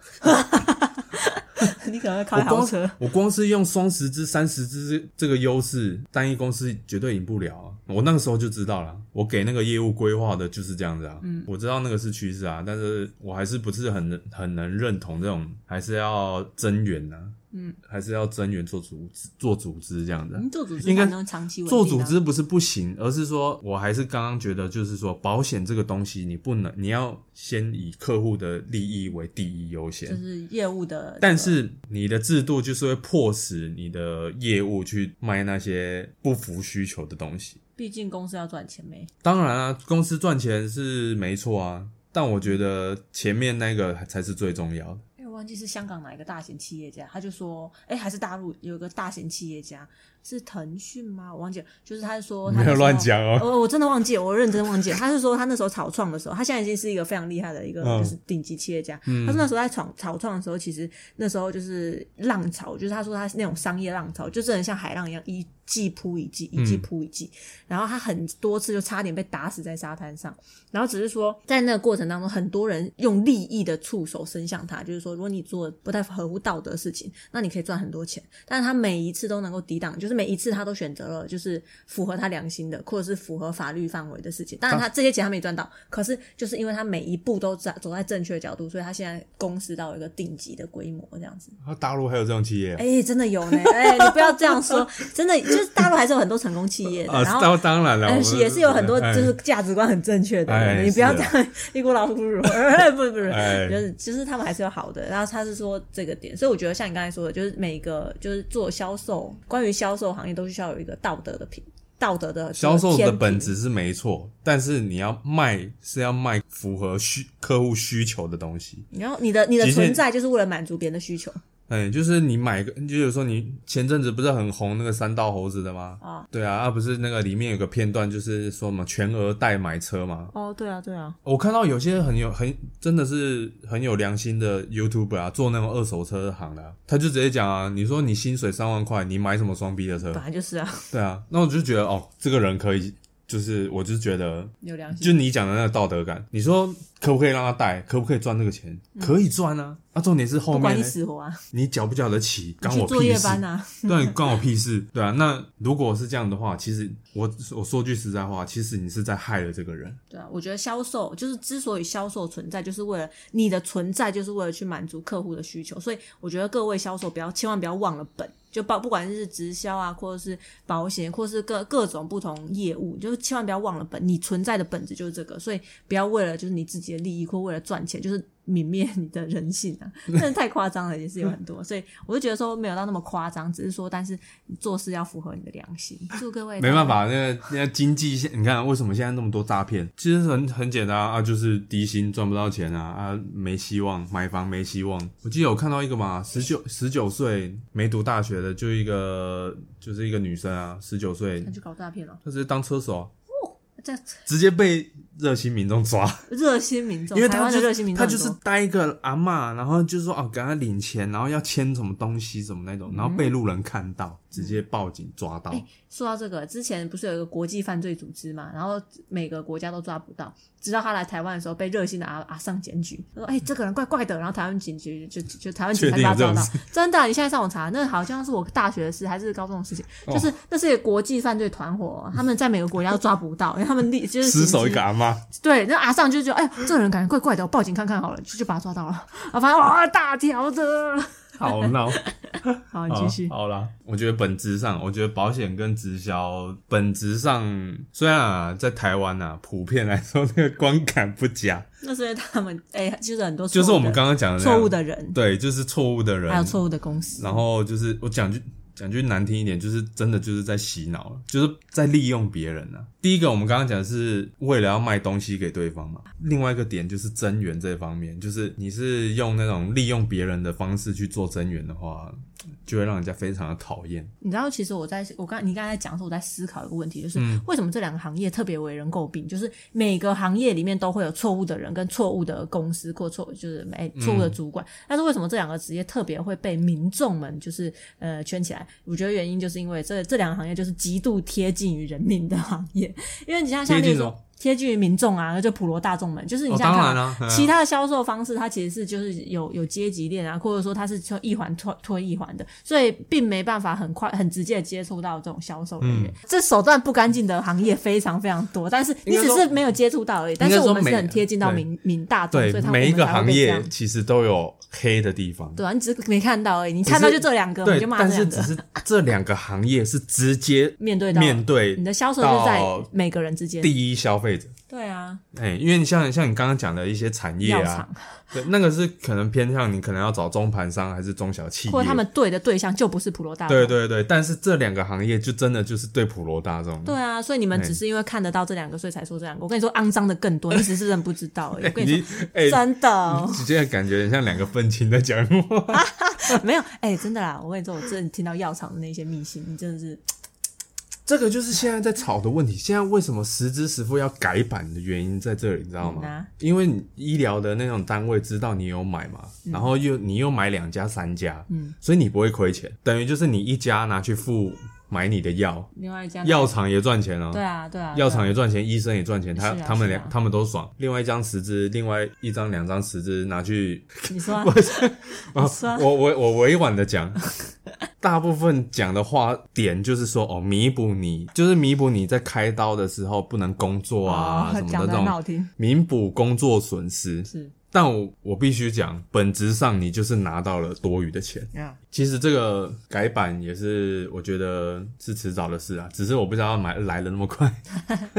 Speaker 1: 你可能会
Speaker 2: 我
Speaker 1: 开豪
Speaker 2: 光
Speaker 1: 车。
Speaker 2: 我光是用双十支、三十支这个优势，单一公司绝对赢不了啊！我那个时候就知道了，我给那个业务规划的就是这样子啊。嗯，我知道那个是趋势啊，但是我还是不是很很能认同这种，还是要增援啊。嗯，还是要增援做组织做组织这样子啊、
Speaker 1: 你嗯做组织
Speaker 2: 应该
Speaker 1: 才能长期稳定啊
Speaker 2: 做组织不是不行，而是说我还是刚刚觉得，就是说保险这个东西，你不能，你要先以客户的利益为第一优先，
Speaker 1: 就是业务的，
Speaker 2: 但是你的制度就是会迫使你的业务去卖那些不符需求的东西。
Speaker 1: 毕竟公司要赚钱没。
Speaker 2: 当然啊，公司赚钱是没错啊，但我觉得前面那个才是最重要的。
Speaker 1: 哎、我忘记是香港哪一个大型企业家，他就说，哎、还是大陆有个大型企业家是腾讯吗？我忘记了，就是他是说他
Speaker 2: 没有
Speaker 1: 那时候呃
Speaker 2: 乱讲哦
Speaker 1: 我我真的忘记了，我认真忘记了。他是说他那时候草创的时候，他现在已经是一个非常厉害的一个
Speaker 2: 嗯
Speaker 1: 就是顶级企业家。他说那时候在草草创的时候，其实那时候就是浪潮，就是他说他是那种商业浪潮，就真的像海浪一样一季扑一季，
Speaker 2: 嗯
Speaker 1: 一季扑一季。然后他很多次就差点被打死在沙滩上。然后只是说，在那个过程当中，很多人用利益的触手伸向他，就是说，如果你做不太合乎道德的事情，那你可以赚很多钱。但是他每一次都能够抵挡，就是每一次他都选择了就是符合他良心的，或者是符合法律范围的事情。当然，他这些钱他没赚到，可是就是因为他每一步都在走在正确的角度，所以他现在公司到一个顶级的规模这样子。
Speaker 2: 啊，大陆还有这种企业
Speaker 1: 哎、真的有呢，哎、你不要这样说， 真的就是大陆还是有很多成功企业的，
Speaker 2: 啊？
Speaker 1: 哎然后
Speaker 2: 当当然了，
Speaker 1: 呃
Speaker 2: 我
Speaker 1: 是
Speaker 2: 们
Speaker 1: 也是有很多就
Speaker 2: 哎
Speaker 1: 是价值观很正确的
Speaker 2: 哎
Speaker 1: 人，你不要
Speaker 2: 是
Speaker 1: 这
Speaker 2: 啊
Speaker 1: 样 一股脑忽悠，呃不是不是，
Speaker 2: 哎
Speaker 1: 就是就是他们还是有好的。然后他是说这个点，所以我觉得像你刚才说的，就是每一个就是做销售，关于销售行业都是需要有一个道德的品，道德的
Speaker 2: 销售的
Speaker 1: 天平
Speaker 2: 本质是没错，但是你要卖是要卖符合需客户需求的东西。
Speaker 1: 然后你的你的
Speaker 2: 极限
Speaker 1: 存在就是为了满足别人的需求
Speaker 2: 哎，就是你买个，就有时候你前阵子不是很红那个三道猴子的吗？
Speaker 1: 啊。
Speaker 2: 对啊，啊不是那个里面有个片段，就是说什么全额代买车嘛。
Speaker 1: 哦，对啊，对啊，
Speaker 2: 我看到有些很有很真的是很有良心的 YouTuber 啊，做那种二手车行的啊、他就直接讲啊，你说你薪水三万块，你买什么双 B 的车
Speaker 1: 本？来就是啊，
Speaker 2: 对啊，那我就觉得哦，这个人可以，就是我就觉得，
Speaker 1: 有良
Speaker 2: 就
Speaker 1: 心。
Speaker 2: 你讲的那个道德感，你说可不可以让他贷，可不可以赚这个钱？可以赚啊，啊，重点是后
Speaker 1: 嗯不管
Speaker 2: 面
Speaker 1: 你
Speaker 2: 呢
Speaker 1: 死活啊，
Speaker 2: 你缴不缴得起，
Speaker 1: 你
Speaker 2: 关
Speaker 1: 去
Speaker 2: 我
Speaker 1: 做
Speaker 2: 屁
Speaker 1: 夜
Speaker 2: 事。
Speaker 1: 班啊，
Speaker 2: 对，关我屁事，对啊。那如果是这样的话，其实我我说句实在话，其实你是在害了这个人。
Speaker 1: 对啊，我觉得销售就是之所以销售存在，就是为了你的存在，就是为了去满足客户的需求。所以我觉得各位销售不要千万不要忘了本，就包不管是直销啊，或者是保险，或是各各种不同业务，就是千万不要忘了本，你存在的本质就是这个。所以不要为了就是你自己的利益或为了赚钱，就是泯灭你的人性啊，真的太夸张了，也是有很多，所以我就觉得说没有到那么夸张，只是说，但是你做事要符合你的良 心。祝各位
Speaker 2: 没办，法，那个那个经济现，你看为什么现在那么多诈骗？其实很很简单啊，啊就是低薪赚不到钱啊，啊没希望，买房没希望。我记得有看到一个嘛，十九十九岁没读大学的，就一个就是一个女生啊，十九岁，
Speaker 1: 他去搞诈骗了，
Speaker 2: 她直接当车手啊、
Speaker 1: 这
Speaker 2: 直接被热心民众抓，
Speaker 1: 热心民众，
Speaker 2: 因为
Speaker 1: 台
Speaker 2: 他
Speaker 1: 湾的
Speaker 2: 就
Speaker 1: 热心民众
Speaker 2: 他
Speaker 1: 很
Speaker 2: 就
Speaker 1: 多，
Speaker 2: 是带一个阿嬷，然后就说哦给他领钱，然后要签什么东西什么那
Speaker 1: 嗯
Speaker 2: 种，然后被路人看到，直接报警抓到。
Speaker 1: 说到这个，之前不是有一个国际犯罪组织嘛，然后每个国家都抓不到，直到他来台湾的时候被热心的阿阿上检举，说：“哎、这个人怪怪的。”然后台湾警局就就就台湾警察
Speaker 2: 确
Speaker 1: 就
Speaker 2: 定
Speaker 1: 把他抓
Speaker 2: 有这
Speaker 1: 到
Speaker 2: 种。
Speaker 1: 真的，你现在上网查，那好像是我大学的事还是高中的事情，
Speaker 2: 哦
Speaker 1: 就是那是一个国际犯罪团伙，他们在每个国家都抓不到，因为他们 立就是
Speaker 2: 失手一
Speaker 1: 刑
Speaker 2: 个
Speaker 1: 期
Speaker 2: 阿嬷，
Speaker 1: 对，那阿尚就觉得，哎呦，这个人感觉怪怪的，我报警看看好了，就就把他抓到了。啊，发现哇，大条的。
Speaker 2: 好闹。
Speaker 1: 好，你继续。
Speaker 2: 好啦，我觉得本质上，我觉得保险跟直销本质上，虽然啊，在台湾啊，普遍来说那个观感不佳，
Speaker 1: 那所以他们， 哎、就是很多
Speaker 2: 就是我
Speaker 1: 错误
Speaker 2: 们
Speaker 1: 的
Speaker 2: 刚刚讲的那样
Speaker 1: 错误，的人，
Speaker 2: 对，就是错误的人，
Speaker 1: 还有错误的公司。
Speaker 2: 然后就是我讲句讲句难听一点，就是真的就是在洗脑了，就是在利用别人啊。第一个我们刚刚讲的是为了要卖东西给对方嘛，另外一个点就是增援这方面，就是你是用那种利用别人的方式去做增援的话，就会让人家非常的讨厌。
Speaker 1: 你知道，其实我在我刚你刚才讲的时候，我在思考一个问题，就是、
Speaker 2: 嗯
Speaker 1: 为什么这两个行业特别为人诟病？就是每个行业里面都会有错误的人跟错误的公司或错就是哎
Speaker 2: 嗯
Speaker 1: 错误的主管，但是为什么这两个职业特别会被民众们就是呃圈起来？我觉得原因就是因为这这两个行业就是极度贴近于人民的行业，因为你像像
Speaker 2: 贴
Speaker 1: 例
Speaker 2: 近
Speaker 1: 如
Speaker 2: 什么
Speaker 1: 说哦贴近于民众啊，就普罗大众们，就是你
Speaker 2: 哦，
Speaker 1: 想想
Speaker 2: 当
Speaker 1: 看
Speaker 2: 然
Speaker 1: 嘛。
Speaker 2: 啦、嗯啊，
Speaker 1: 其他的销售方式，它其实是就是有有阶级链啊，或者说它是从一环推推一环的，所以并没办法很快很直接地接触到这种销售人
Speaker 2: 嗯
Speaker 1: 员。这手段不干净的行业非常非常多，但是你
Speaker 2: 应该
Speaker 1: 只
Speaker 2: 说
Speaker 1: 是没有接触到而已。但是
Speaker 2: 应该
Speaker 1: 我
Speaker 2: 说
Speaker 1: 们是
Speaker 2: 每
Speaker 1: 很贴近到
Speaker 2: 对
Speaker 1: 民民大众，
Speaker 2: 对
Speaker 1: 所以他
Speaker 2: 每一个行。
Speaker 1: 我们
Speaker 2: 业
Speaker 1: 才会被这样
Speaker 2: 其实都有黑的地方。
Speaker 1: 对啊，你只是没看到而已，你
Speaker 2: 只
Speaker 1: 看到
Speaker 2: 是
Speaker 1: 就这两个，
Speaker 2: 对
Speaker 1: 你就，骂
Speaker 2: 但
Speaker 1: 这
Speaker 2: 是
Speaker 1: 两
Speaker 2: 只
Speaker 1: 个。
Speaker 2: 是这两个行业是直接
Speaker 1: 面 对到
Speaker 2: 面对
Speaker 1: 你的销售就在
Speaker 2: 到
Speaker 1: 每个人之间。
Speaker 2: 第一消费者。
Speaker 1: 对啊，
Speaker 2: 哎、因为你像像你刚刚讲的一些产业
Speaker 1: 药
Speaker 2: 啊
Speaker 1: 厂，
Speaker 2: 对，那个是可能偏向你可能要找中盘商还是中小企业，
Speaker 1: 或者他们对的对象就不是普罗大众。
Speaker 2: 对对对，但是这两个行业就真的就是对普罗大众，
Speaker 1: 对啊，所以你们
Speaker 2: 哎
Speaker 1: 只是因为看得到这两个，所以才说这两个。我跟你说，肮脏的更多，你只是真的不知道而 已。我跟你
Speaker 2: 你
Speaker 1: 说，哦
Speaker 2: 哎，
Speaker 1: 真的
Speaker 2: 直接感觉很像两个愤青在讲话， 嗯
Speaker 1: 没有，哎、真的啦！我跟你说，我真的听到药厂的那些秘辛，你真的是
Speaker 2: 这个就是现在在吵的问题。现在为什么实支实付要改版的原因在这里，你知道吗？
Speaker 1: 嗯啊
Speaker 2: 因为你医疗的那种单位知道你有买嘛，
Speaker 1: 嗯
Speaker 2: 然后又你又买两家三家，嗯，所以你不会亏钱，等于就是你一家拿去付买你的药，
Speaker 1: 另外一家
Speaker 2: 药厂也赚钱哦。
Speaker 1: 对啊，对啊，
Speaker 2: 药厂也赚钱，医生也赚钱，他、
Speaker 1: 是啊
Speaker 2: 他们
Speaker 1: 是啊
Speaker 2: 两、他们都爽。另外一张十支，另外一张两张十支拿去
Speaker 1: 对啊你 说啊、
Speaker 2: 啊
Speaker 1: 是啊，
Speaker 2: 我我我委婉 的讲，大部分讲的话点就是说哦，弥补你就是弥补你在开刀的时候不能工作啊、
Speaker 1: 哦
Speaker 2: 什么
Speaker 1: 讲
Speaker 2: 的
Speaker 1: 的
Speaker 2: 这
Speaker 1: 很好
Speaker 2: 种，
Speaker 1: 听，
Speaker 2: 弥补工作损失。
Speaker 1: 是
Speaker 2: 但我我必须讲，本质上你就是拿到了多余的钱。
Speaker 1: 啊，
Speaker 2: 其实这个改版也是我觉得是迟早的事啊，只是我不知道买来的那么快。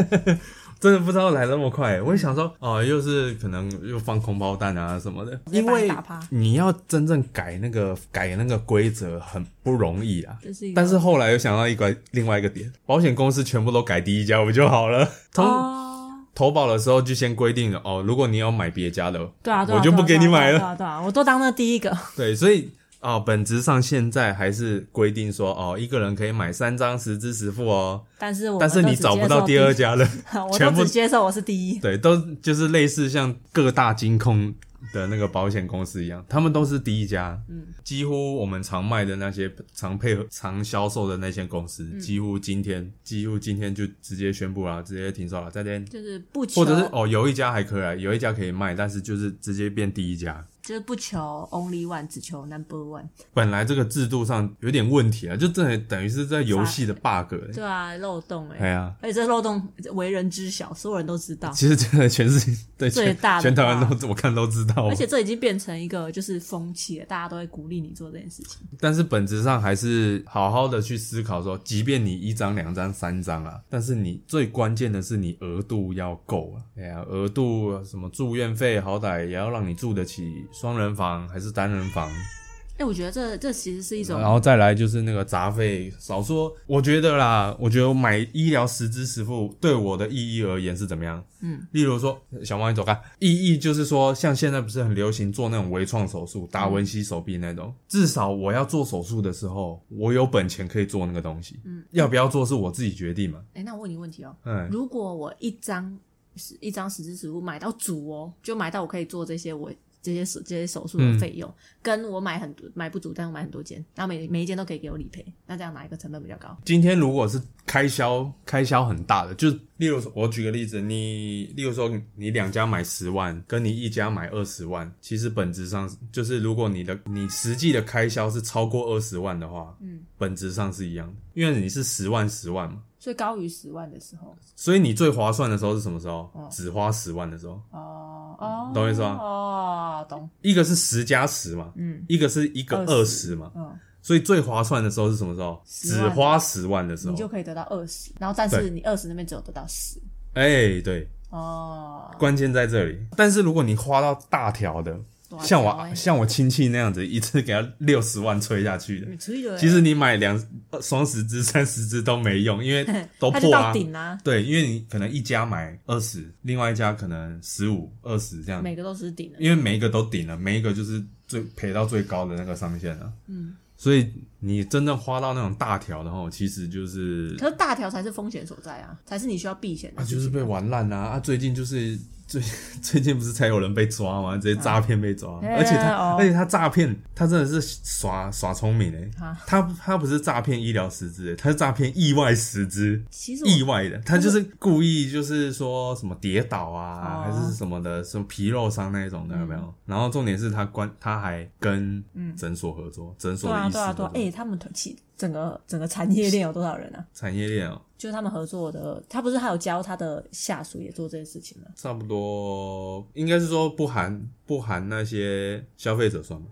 Speaker 2: 真的不知道来得那么快，我也想说，哦、又是可能又放空包弹啊什么的，
Speaker 1: 接
Speaker 2: 因
Speaker 1: 把你
Speaker 2: 为
Speaker 1: 打趴
Speaker 2: 你要真正改那个改那个规则很不容易啊
Speaker 1: 这是一个。
Speaker 2: 但是后来又想到一个另外一个点，保险公司全部都改第一家不就好了？通、
Speaker 1: 哦，
Speaker 2: 投保的时候就先规定了哦，如果你要买别家的，
Speaker 1: 对啊，对啊，
Speaker 2: 我就不
Speaker 1: 对啊
Speaker 2: 给你买
Speaker 1: 对
Speaker 2: 了。
Speaker 1: 啊，对啊，对啊我都当那第一个，
Speaker 2: 对，所以啊、哦本质上现在还是规定说哦，一个人可以买三张十支十付哦，
Speaker 1: 但是我
Speaker 2: 但是你找不到第二
Speaker 1: 家，
Speaker 2: 家了。
Speaker 1: 我都
Speaker 2: 全部
Speaker 1: 只接受我是第一，
Speaker 2: 对，都就是类似像各大金控的那个保险公司一样，他们都是第一家，嗯，几乎我们常卖的那些常配合、常销售的那些公司，
Speaker 1: 嗯
Speaker 2: 几乎今天几乎今天就直接宣布了，直接停售了，再见。
Speaker 1: 就是不求，
Speaker 2: 哦啊或者是哦，有一家还可以，有一家可以卖，但是就是直接变第一家。
Speaker 1: 就是不求 only one，只求 number one。
Speaker 2: 本来这个制度上有点问题啊，就真的等于是在游戏的 bug、欸。
Speaker 1: 对啊，漏洞哎、
Speaker 2: 哎呀，
Speaker 1: 而且这漏洞为人知晓，所有人都知道。
Speaker 2: 其实真的全世界对
Speaker 1: 最
Speaker 2: 全
Speaker 1: 大的
Speaker 2: 全台
Speaker 1: 话
Speaker 2: 湾都我看都知道，
Speaker 1: 而且这已经变成一个就是风气了，大家都会鼓励你做这件事情。
Speaker 2: 但是本质上还是好好的去思考说，即便你一张、两张、三张啊，但是你最关键的是你额度要够啊。哎呀，额度什么住院费，好歹也要让你住得起双人房还是单人房，
Speaker 1: 哎、我觉得这这其实是一种
Speaker 2: 然后再来就是那个杂费，少说。我觉得啦，我觉得我买医疗实支实付对我的意义而言是怎么样？
Speaker 1: 嗯，
Speaker 2: 例如说，小猫你走开，意义就是说，像现在不是很流行做那种微创手术，达文西手臂那种，至少我要做手术的时候，我有本钱可以做那个东西。嗯，要不要做是我自己决定嘛。
Speaker 1: 哎、那我问你个问题哦，
Speaker 2: 嗯，
Speaker 1: 如果我一张是一张实支实付买到足哦，就买到我可以做这些我这些手这些手术的费用，
Speaker 2: 嗯
Speaker 1: 跟我买很多买不足，但我买很多间，然后每每一间都可以给我理赔，那这样哪一个成本比较高？
Speaker 2: 今天如果是开销开销很大的，就是例如说，我举个例子，你例如说你两家买十万，跟你一家买二十万，其实本质上就是如果你的你实际的开销是超过二十万的话，
Speaker 1: 嗯，
Speaker 2: 本质上是一样的，因为你是十万十万嘛，
Speaker 1: 所以高于十万的时候，
Speaker 2: 所以你最划算的时候是什么时候？
Speaker 1: 哦
Speaker 2: 只花十万的时候，
Speaker 1: 哦哦，
Speaker 2: 懂我意思吗
Speaker 1: 哦，懂，
Speaker 2: 一个是十加十嘛，
Speaker 1: 嗯
Speaker 2: 一个是一个二十嘛，
Speaker 1: 嗯，
Speaker 2: 所以最划算的时候是什么时候？
Speaker 1: 10
Speaker 2: 只
Speaker 1: 万
Speaker 2: 花十万的时
Speaker 1: 你
Speaker 2: 候，
Speaker 1: 就可以得到二十，然后但是
Speaker 2: 哦对
Speaker 1: 你二十那边只有得到十，
Speaker 2: 哎、对，
Speaker 1: 哦，
Speaker 2: 关键在这里。但是如果你花到大条的，
Speaker 1: 多少
Speaker 2: 像
Speaker 1: 条欸
Speaker 2: 我像我亲戚那样子，一次给他六十万吹下去的
Speaker 1: 你，出去了欸
Speaker 2: 其实你买两呃双十支、三十支都没用，因为都
Speaker 1: 它就
Speaker 2: 破
Speaker 1: 到
Speaker 2: 啊。
Speaker 1: 顶啦、
Speaker 2: 对，因为你可能一家买二十，另外一家可能十五、二十这样，
Speaker 1: 每个都是顶了，
Speaker 2: 因为每一个都顶了，每一个就是最赔到最高的那个上限了。
Speaker 1: 嗯，
Speaker 2: 所以你真正花到那种大条的话，其实就是
Speaker 1: 可是大条才是风险所在啊，才是你需要避险的
Speaker 2: 啊，
Speaker 1: 事情、
Speaker 2: 就是被玩烂啦、啊！最近就是 最最近不是才有人被抓吗？直接诈骗被抓，
Speaker 1: 哎
Speaker 2: 而且他、
Speaker 1: 哦
Speaker 2: 而且他诈骗，他真的是耍耍聪明哎、
Speaker 1: 啊
Speaker 2: 他他不是诈骗医疗实支、欸，他是诈骗意外实支。
Speaker 1: 其实我
Speaker 2: 意外的，他就是故意就是说什么跌倒啊，
Speaker 1: 哦嗯
Speaker 2: 还是什么的，什么皮肉伤那一种的，有没有？然后重点是他关，他还跟诊所合作，诊所
Speaker 1: 对
Speaker 2: 的
Speaker 1: 啊
Speaker 2: 医师
Speaker 1: 对啊
Speaker 2: 合
Speaker 1: 对
Speaker 2: 作
Speaker 1: 啊，哎、他们团起整个整个产业链有多少人啊？
Speaker 2: 产业链哦，
Speaker 1: 就是他们合作的，他不是还有教他的下属也做这件事情吗？
Speaker 2: 差不多应该是说不含不含那些消费者算吗？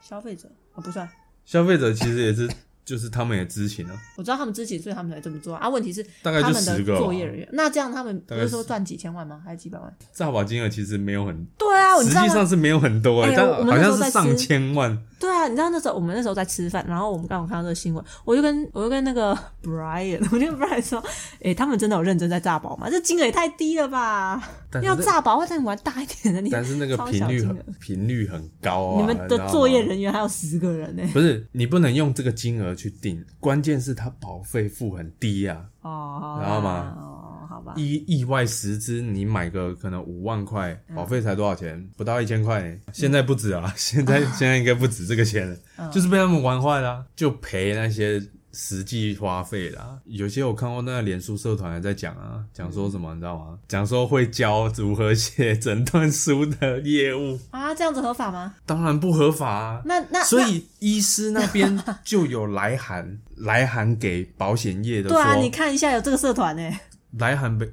Speaker 1: 消费者啊、不算，
Speaker 2: 消费者其实也是， 就是他们也知情啊，
Speaker 1: 我知道他们知情，所以他们才这么做啊。问题是
Speaker 2: 大概就
Speaker 1: 他们的
Speaker 2: 10个吧
Speaker 1: 作业人员，那这样他们不
Speaker 2: 大概
Speaker 1: 是
Speaker 2: 是
Speaker 1: 说赚几千万吗？还是几百万？
Speaker 2: 诈保金额其实没有很，
Speaker 1: 对啊，你
Speaker 2: 实
Speaker 1: 知道
Speaker 2: 际
Speaker 1: 吗
Speaker 2: 上？是没有很多、欸，
Speaker 1: 哎
Speaker 2: 但
Speaker 1: 我我们
Speaker 2: 好
Speaker 1: 那时
Speaker 2: 像
Speaker 1: 候
Speaker 2: 是
Speaker 1: 在
Speaker 2: 上
Speaker 1: 吃
Speaker 2: 千万。
Speaker 1: 对啊，你知道那时候我们那时候在吃饭，然后我们刚好看到这个新闻，我就跟我就跟那个 Brian，我就跟 Brian 说，哎、他们真的有认真在炸保吗？这金额也太低了吧！
Speaker 2: 但是
Speaker 1: 要
Speaker 2: 这
Speaker 1: 炸保，或者你玩大一点的，你
Speaker 2: 但是那个
Speaker 1: 超
Speaker 2: 频
Speaker 1: 小
Speaker 2: 率
Speaker 1: 金
Speaker 2: 很频率很高
Speaker 1: 额 你
Speaker 2: 啊！
Speaker 1: 们
Speaker 2: 知道
Speaker 1: 的
Speaker 2: 吗
Speaker 1: 作业人员还有十个人呢、
Speaker 2: 不是 你不能用这个金额去定，关键是它保费付很低啊。
Speaker 1: 哦，
Speaker 2: 知道吗
Speaker 1: 哦，好吧，
Speaker 2: 意意外实支，你买个可能五万块，
Speaker 1: 嗯
Speaker 2: 保费才多少钱？不到一千块呢。现在不止啊， 现在现在应该不止这个钱了，
Speaker 1: 嗯
Speaker 2: 就是被他们玩坏啦，就赔那些实际花费啦。有些我看过那个脸书社团还在讲啊，讲说
Speaker 1: 嗯
Speaker 2: 什么你知道吗？讲说会教如何写诊断书的业务，
Speaker 1: 啊，这样子合法吗？
Speaker 2: 当然不合法啊。
Speaker 1: 那那
Speaker 2: 所
Speaker 1: 那
Speaker 2: 以医师那边就有来函， 来函给保险业的
Speaker 1: 对
Speaker 2: 说，
Speaker 1: 啊，你看一下有这个社团呢、
Speaker 2: 来函被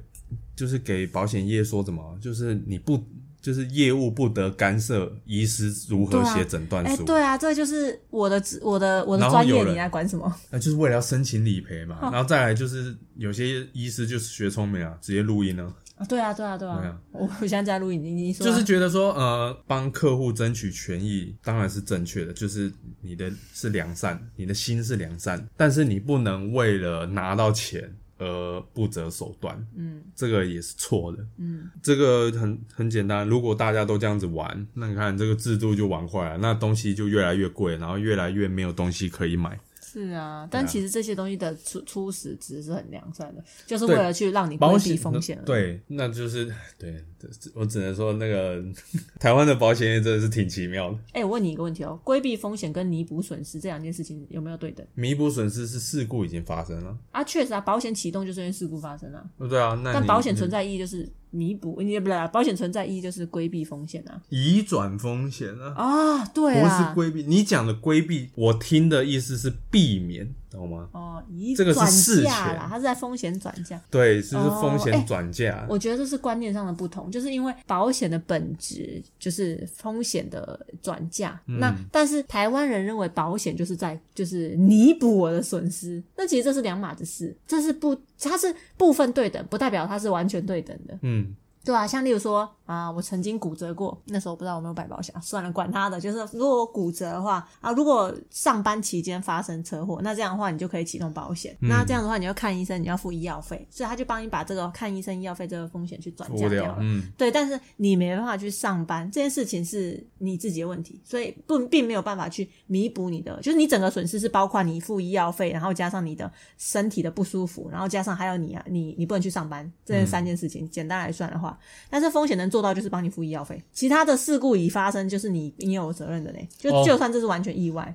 Speaker 2: 就是给保险业说什么，就是你不就是业务不得干涉医师如何写诊断
Speaker 1: 哎、
Speaker 2: 书，
Speaker 1: 对啊，这就是我的职我的我的
Speaker 2: 然后
Speaker 1: 专
Speaker 2: 有
Speaker 1: 业，
Speaker 2: 人
Speaker 1: 你来管什么？
Speaker 2: 那、就是为了要申请理赔嘛。
Speaker 1: 哦
Speaker 2: 然后再来就是有些医师就是学聪明啊，直接录音啊，
Speaker 1: 啊对啊，对啊，对
Speaker 2: 对
Speaker 1: 啊
Speaker 2: 啊，
Speaker 1: 我我现在在录影，你你说啊
Speaker 2: 就是觉得说呃帮客户争取权益当然是正确的，就是你的是良善，你的心是良善，但是你不能为了拿到钱而不择手段。
Speaker 1: 嗯
Speaker 2: 这个也是错的。
Speaker 1: 嗯，
Speaker 2: 这个很很简单，如果大家都这样子玩，那你看这个制度就玩坏了，那东西就越来越贵，然后越来越没有东西可以买。
Speaker 1: 是啊，但
Speaker 2: 对啊
Speaker 1: 其实这些东西的初初始值是很良善的，就是为
Speaker 2: 对
Speaker 1: 了去让你
Speaker 2: 保
Speaker 1: 规避
Speaker 2: 险
Speaker 1: 风险而已。
Speaker 2: 对，那就是对，这这我只能说那个 台湾的保险业真的是挺奇妙的。
Speaker 1: 哎、我问你一个问题哦，规避风险跟弥补损失这两件事情有没有对等
Speaker 2: 弥补损失是事故已经发生了，
Speaker 1: 啊？确实啊，保险启动就是因为事故发生啊，
Speaker 2: 对啊，那
Speaker 1: 但
Speaker 2: 你
Speaker 1: 保险存在意义就是弥补，你不对，保险存在意义就是规避风险啊。
Speaker 2: 移转风险啊，
Speaker 1: 啊，对
Speaker 2: 不是
Speaker 1: 啊，
Speaker 2: 规避。你讲的规避，我听的意思是避免，懂吗？
Speaker 1: 哦，移
Speaker 2: 这个是
Speaker 1: 转
Speaker 2: 事
Speaker 1: 嫁
Speaker 2: 前
Speaker 1: 啦，它是在风险转嫁。
Speaker 2: 对，就是
Speaker 1: 哦
Speaker 2: 风
Speaker 1: 哎
Speaker 2: 险转嫁。
Speaker 1: 我觉得这是观念上的不同，就是因为保险的本质就是风险的转嫁。那但是台湾人认为保险就是在就是弥补我的损失，那其实这是两码子事，这是不它是部分对等，不代表它是完全对等的。
Speaker 2: 嗯，
Speaker 1: 对啊，像例如说啊，我曾经骨折过，那时候不知道有没有百宝箱，算了，管他的，就是如果我骨折的话啊，如果上班期间发生车祸，那这样的话你就可以启动保险，那这样的话你要看医生，你要付医药费，所以他就帮你把这个看医生医药费这个风险去转嫁
Speaker 2: 脱
Speaker 1: 掉
Speaker 2: 掉
Speaker 1: 了。，
Speaker 2: 嗯，
Speaker 1: 对，但是你没办法去上班，这件事情是你自己的问题，所以不并没有办法去弥补你的，就是你整个损失是包括你付医药费，然后加上你的身体的不舒服，然后加上还有你啊，你你不能去上班，
Speaker 2: 嗯
Speaker 1: 这三件事情、简单来算的话，但是风险能做到就是帮你付医药费，其他的事故已发生就是你你有责任的嘞，就、
Speaker 2: 哦
Speaker 1: 就算这是完全意外，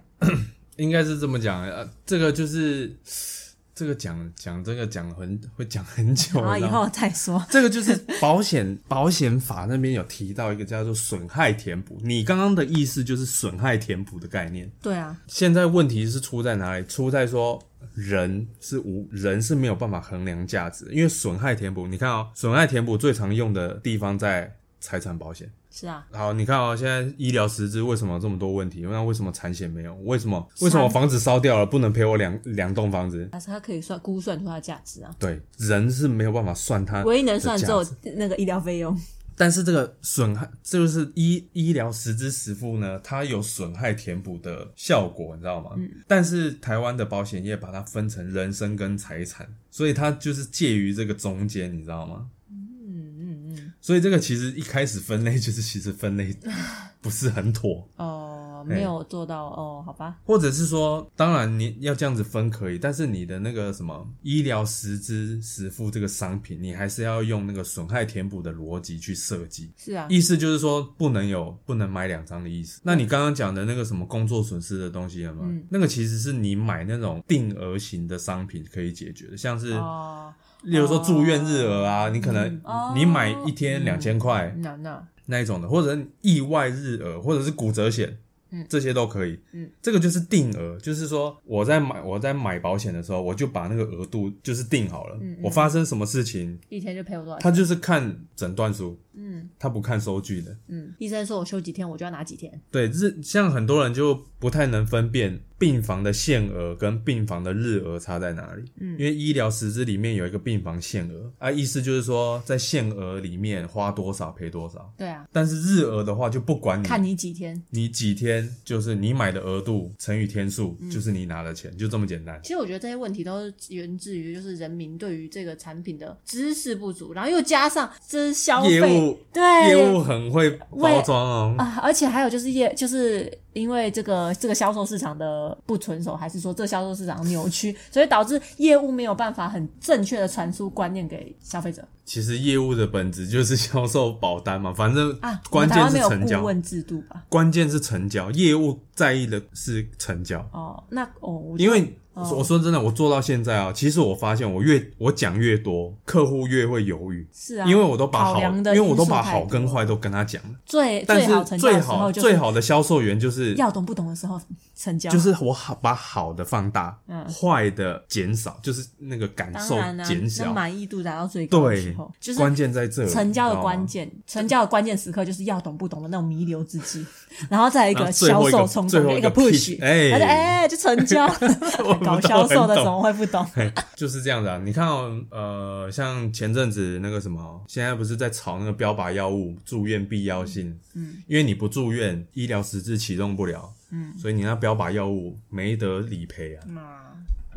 Speaker 2: 应该是这么讲。呃，这个就是这个讲讲这个讲很会讲很久，
Speaker 1: 啊然后以
Speaker 2: 你知道吗
Speaker 1: 后再说。
Speaker 2: 这个就是保险保险法那边有提到一个叫做损害填补。你刚刚的意思就是损害填补的概念。
Speaker 1: 对啊，
Speaker 2: 现在问题是出在哪里？出在说人是无人是没有办法衡量价值的，因为损害填补，你看哦，损害填补最常用的地方在财产保险。
Speaker 1: 是啊，
Speaker 2: 好，你看哦，现在医疗实质为什么这么多问题？那为什么产险没有？为什么为什么房子烧掉了不能赔我两两栋房子？
Speaker 1: 但是它可以算估算出它的价值啊，
Speaker 2: 对，人是没有办法算它，
Speaker 1: 唯一能算只有
Speaker 2: 的价
Speaker 1: 那个医疗费用。
Speaker 2: 但是这个损害，这就是医医疗实支实付呢，它有损害填补的效果，你知道吗？
Speaker 1: 嗯
Speaker 2: 但是台湾的保险业把它分成人身跟财产，所以它就是介于这个中间，你知道吗？
Speaker 1: 嗯嗯。嗯
Speaker 2: 所以这个其实一开始分类就是其实分类 不是很妥，
Speaker 1: 哦，
Speaker 2: 嘿
Speaker 1: 没有做到哦，好吧，
Speaker 2: 或者是说，当然你要这样子分可以，但是你的那个什么医疗实支实付这个商品，你还是要用那个损害填补的逻辑去设计。
Speaker 1: 是啊，
Speaker 2: 意思就是说不能有不能买两张的意思。那你刚刚讲的那个什么工作损失的东西了吗？
Speaker 1: 嗯
Speaker 2: 那个其实是你买那种定额型的商品可以解决的，像是、
Speaker 1: 哦，
Speaker 2: 例如说住院日额啊，你可能、
Speaker 1: 哦嗯
Speaker 2: 你买一天两千块
Speaker 1: 那那
Speaker 2: 那一种的，或者意外日额，或者是骨折险。
Speaker 1: 嗯
Speaker 2: 这些都可以。
Speaker 1: 嗯，
Speaker 2: 这个就是定额，就是说我在买我在买保险的时候，我就把那个额度就是定好了。
Speaker 1: 嗯嗯嗯
Speaker 2: 我发生什么事情，
Speaker 1: 一天就赔我多少
Speaker 2: 他
Speaker 1: 钱？
Speaker 2: 就是看诊断书，
Speaker 1: 嗯
Speaker 2: 他不看收据的。
Speaker 1: 嗯，医生说我休几天，我就要拿几天。
Speaker 2: 对，日像很多人就不太能分辨病房的限额跟病房的日额差在哪里，
Speaker 1: 嗯
Speaker 2: 因为医疗实支里面有一个病房限额，啊，意思就是说在限额里面花多少赔多少，
Speaker 1: 对啊，
Speaker 2: 但是日额的话就不管你
Speaker 1: 看你几天。
Speaker 2: 你几天，就是你买的额度乘以天数，
Speaker 1: 嗯
Speaker 2: 就是你拿的钱，就这么简单。
Speaker 1: 其实我觉得这些问题都是源自于就是人民对于这个产品的知识不足，然后又加上这是消
Speaker 2: 业
Speaker 1: 费
Speaker 2: 务
Speaker 1: 对
Speaker 2: 业务很会包装哦，
Speaker 1: 哎啊，而且还有就是业，就是因为这个这个销售市场的不成熟，还是说这个销售市场的扭曲，所以导致业务没有办法很正确的传输观念给消费者
Speaker 2: 其实业务的本质就是销售保单嘛，反正
Speaker 1: 啊。我
Speaker 2: 呃
Speaker 1: 们
Speaker 2: 关
Speaker 1: 台
Speaker 2: 键
Speaker 1: 湾
Speaker 2: 是
Speaker 1: 没有
Speaker 2: 成交
Speaker 1: 顾。问制度吧？
Speaker 2: 关键是成交，业务在意的是成交。
Speaker 1: 哦，那哦，我
Speaker 2: 因为
Speaker 1: 哦
Speaker 2: 我说真的，我做到现在啊，其实我发现我越我讲越多，客户越会犹豫，
Speaker 1: 是啊，
Speaker 2: 因为我都把
Speaker 1: 考
Speaker 2: 好，
Speaker 1: 量
Speaker 2: 因
Speaker 1: 的
Speaker 2: 为我都把
Speaker 1: 因素太
Speaker 2: 好
Speaker 1: 多
Speaker 2: 跟坏都跟他讲了。
Speaker 1: 最
Speaker 2: 但
Speaker 1: 最好
Speaker 2: 是
Speaker 1: 成交的时
Speaker 2: 好
Speaker 1: 候，就是
Speaker 2: 最好的销售员就是
Speaker 1: 要懂不懂的时候成交，
Speaker 2: 就是我好把好的放大，
Speaker 1: 嗯
Speaker 2: 坏的减少，就是那个感
Speaker 1: 当
Speaker 2: 受
Speaker 1: 然啊，
Speaker 2: 减
Speaker 1: 那
Speaker 2: 少。
Speaker 1: 满意度达到最高的时
Speaker 2: 对
Speaker 1: 候，，就是
Speaker 2: 关键在这，
Speaker 1: 成交
Speaker 2: 你知
Speaker 1: 的
Speaker 2: 道
Speaker 1: 关
Speaker 2: 吗。
Speaker 1: 键，成交的关键时刻就是要懂不懂的那种弥留之际， 然后再一
Speaker 2: 然
Speaker 1: 个
Speaker 2: 后最
Speaker 1: 销
Speaker 2: 后一个
Speaker 1: 售冲
Speaker 2: 最
Speaker 1: 动
Speaker 2: 后
Speaker 1: 的
Speaker 2: 一
Speaker 1: 个
Speaker 2: 个
Speaker 1: push，
Speaker 2: pitch，哎
Speaker 1: 然后就哎就成 交，搞销售的怎么会不懂？
Speaker 2: 嘿就是这样子啊，你看、哦，呃，像前阵子那个什么，现在不是在炒那个标靶药物住院必要性？嗯，因为你不住院，医疗实质启动不了，嗯，所以你那标靶药物没得理赔啊。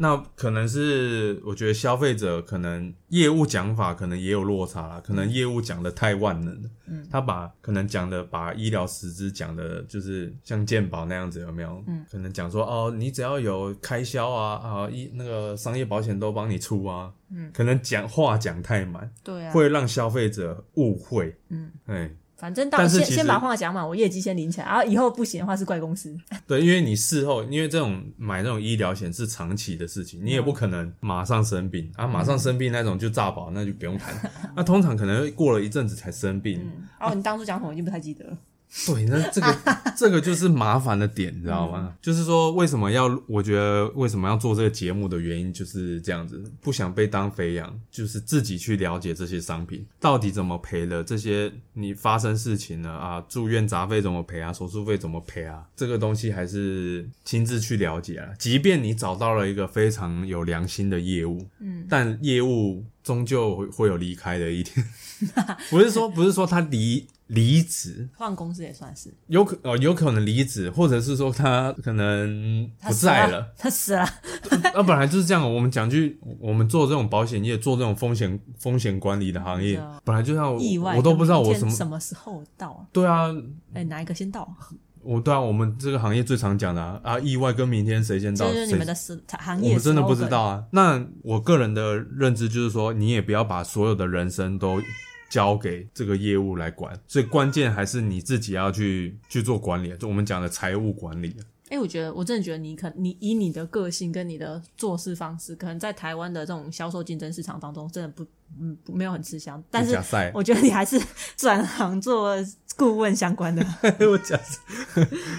Speaker 2: 那可能是我觉得消费者可能业务讲法可能也有落差啦，可能业务讲的太万能了，嗯，他把可能讲的把医疗实质讲的就是像健保那样子有没有？嗯，可能讲说哦，你只要有开销啊啊，医那个商业保险都帮你出啊，嗯，可能讲话讲太满，
Speaker 1: 对啊，
Speaker 2: 会让消费者误会，嗯，哎，
Speaker 1: 反正到
Speaker 2: 但是
Speaker 1: 先
Speaker 2: 其实
Speaker 1: 先把话讲满，我业绩先领起来，然啊后以后不行的话是怪公司。
Speaker 2: 对，因为你事后，因为这种买那种医疗险是长期的事情，你也不可能马上生病啊，马上生病那种就炸保，那就不用谈。那、通常可能会过了一阵子才生病，
Speaker 1: 哦，你当初讲什么我已经不太记得了。
Speaker 2: 对，那这个这个就是麻烦的点，你知道吗？就是说，为什么要？我觉得为什么要做这个节目的原因就是这样子，不想被当肥羊，就是自己去了解这些商品到底怎么赔了，这些你发生事情了啊，住院杂费怎么赔啊，手术费怎么赔啊，这个东西还是亲自去了解啊。即便你找到了一个非常有良心的业务，嗯，但业务终究会会有离开的一天， 不是说不是说他离离职。
Speaker 1: 换公司也算是，
Speaker 2: 有可哦，有可能离职，或者是说他可能
Speaker 1: 他
Speaker 2: 不
Speaker 1: 死
Speaker 2: 在了。，
Speaker 1: 他死了。
Speaker 2: 那、本来就是这样。我们讲句，我们做这种保险业，做这种风险风险管理的行业
Speaker 1: 是啊，
Speaker 2: 本来就像我
Speaker 1: 意外，
Speaker 2: 我都不知道
Speaker 1: 看
Speaker 2: 我
Speaker 1: 见
Speaker 2: 什么。
Speaker 1: 什么时候到啊？
Speaker 2: 对啊，
Speaker 1: 哎，哪一个先到啊？
Speaker 2: 我对啊，我们这个行业最常讲的啊，啊意外跟明天谁先到，
Speaker 1: 这就是你
Speaker 2: 谁
Speaker 1: 们的时行业，
Speaker 2: 我们真的不知道。啊。那我个人的认知就是说，你也不要把所有的人生都交给这个业务来管，所以关键还是你自己要去去做管理，就我们讲的财务管理。
Speaker 1: 哎，我觉得我真的觉得你可你以你的个性跟你的做事方式，可能在台湾的这种销售竞争市场当中，真的不嗯不没有很吃香。但是
Speaker 2: 假赛
Speaker 1: 我觉得你还是 转行做顾问相关的，
Speaker 2: 我讲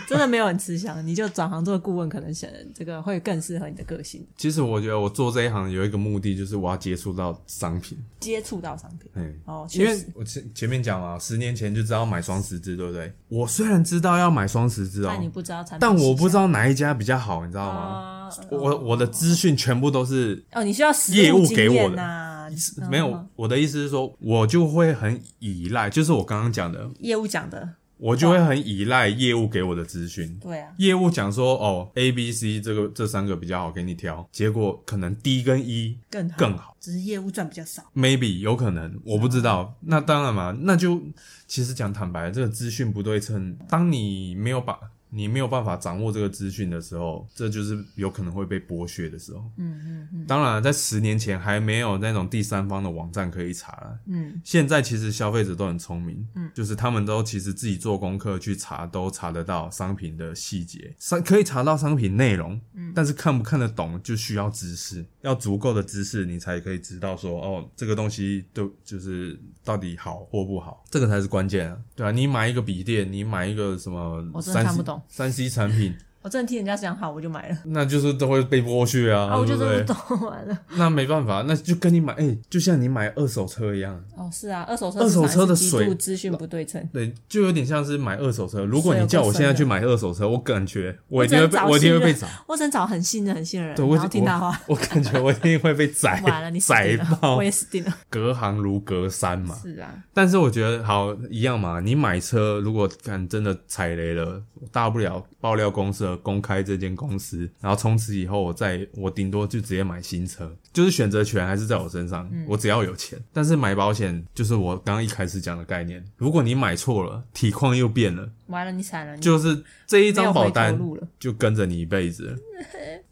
Speaker 1: 真的没有很吃香。你就转行做顾问，可能选这个会更适合你的个性，
Speaker 2: 其实我觉得我做这一行有一个目的，就是我要接触到商品。
Speaker 1: 接触到商品。
Speaker 2: 嗯，
Speaker 1: 哦，
Speaker 2: 因
Speaker 1: 确
Speaker 2: 为
Speaker 1: 实。
Speaker 2: 我前前面讲嘛，十年前就知道买双十支，对不对？我虽然知道要买双十支哦
Speaker 1: 但，你不知道产品，
Speaker 2: 但我不知道哪一家比较好，你知道吗？
Speaker 1: 啊。
Speaker 2: 我我的资讯全部都是
Speaker 1: 哦，你需要实
Speaker 2: 业务
Speaker 1: 经
Speaker 2: 给我
Speaker 1: 验
Speaker 2: 的
Speaker 1: 呐、嗯
Speaker 2: 没有。我的意思是说，我就会很依赖，就是我刚刚讲的，
Speaker 1: 业务讲的，
Speaker 2: 我就会很依赖业务给我的资讯。
Speaker 1: 对啊，
Speaker 2: 业务讲说哦，A、B、C 这个这三个比较好给你挑，结果可能 D 跟 E
Speaker 1: 更好
Speaker 2: 更好。
Speaker 1: 只是业务赚比较少。
Speaker 2: maybe 有可能，我不知道。那当然嘛，那就其实讲坦白，这个资讯不对称，当你没有把你没有办法掌握这个资讯的时候，这就是有可能会被剥削的时候。
Speaker 1: 嗯嗯嗯
Speaker 2: 当然，在十年前还没有那种第三方的网站可以查了。
Speaker 1: 嗯，
Speaker 2: 现在其实消费者都很聪明，
Speaker 1: 嗯，
Speaker 2: 就是他们都其实自己做功课去查，都查得到商品的细节，商可以查到商品内容，嗯，但是看不看得懂就需要知识，要足够的知识，你才可以知道说，哦，这个东西都就是到底好或不好，这个才是关键啊，对啊，你买一个笔电，你买一个什么三 C，
Speaker 1: 我真的看不懂
Speaker 2: 三 C 产品，
Speaker 1: 我真的听人家讲好，我就买了。
Speaker 2: 那就是都会被剥削啊，
Speaker 1: 啊，我
Speaker 2: 对
Speaker 1: 就
Speaker 2: 不对
Speaker 1: 真的？不懂，完了。
Speaker 2: 那没办法，那就跟你买，哎、就像你买二手车一样。
Speaker 1: 哦，是啊，二手车
Speaker 2: 二手车的
Speaker 1: 市场
Speaker 2: 水
Speaker 1: 也是极度资讯不对称，
Speaker 2: 对，就有点像是买二手车。如果
Speaker 1: 是有
Speaker 2: 你叫我
Speaker 1: 更
Speaker 2: 现在
Speaker 1: 深
Speaker 2: 去
Speaker 1: 的
Speaker 2: 买二手车，我感觉我
Speaker 1: 我
Speaker 2: 一定
Speaker 1: 只
Speaker 2: 会
Speaker 1: 能
Speaker 2: 被，
Speaker 1: 找
Speaker 2: 我一定
Speaker 1: 信
Speaker 2: 会被
Speaker 1: 任
Speaker 2: 砸。
Speaker 1: 我只能找很信任、很信任的
Speaker 2: 对，
Speaker 1: 人，
Speaker 2: 我
Speaker 1: 然后听他
Speaker 2: 我
Speaker 1: 话。
Speaker 2: 我感觉我一定 会被宰
Speaker 1: 完了，你死
Speaker 2: 宰
Speaker 1: 定了
Speaker 2: 爆
Speaker 1: 我。也死定了。
Speaker 2: 隔行如隔山嘛。
Speaker 1: 是啊，
Speaker 2: 但是我觉得好一样嘛，你买车如果看真的踩雷了，大不了爆料公社公开这间公司，然后从此以后我再我顶多就直接买新车，就是选择权还是在我身上，
Speaker 1: 嗯
Speaker 2: 我只要有钱。但是买保险就是我刚刚一开始讲的概念，如果你买错了，体况又变了。
Speaker 1: 完了，你惨了，你
Speaker 2: 就是这一张保
Speaker 1: 没有
Speaker 2: 单
Speaker 1: 回头路了
Speaker 2: 就跟着你一辈子了。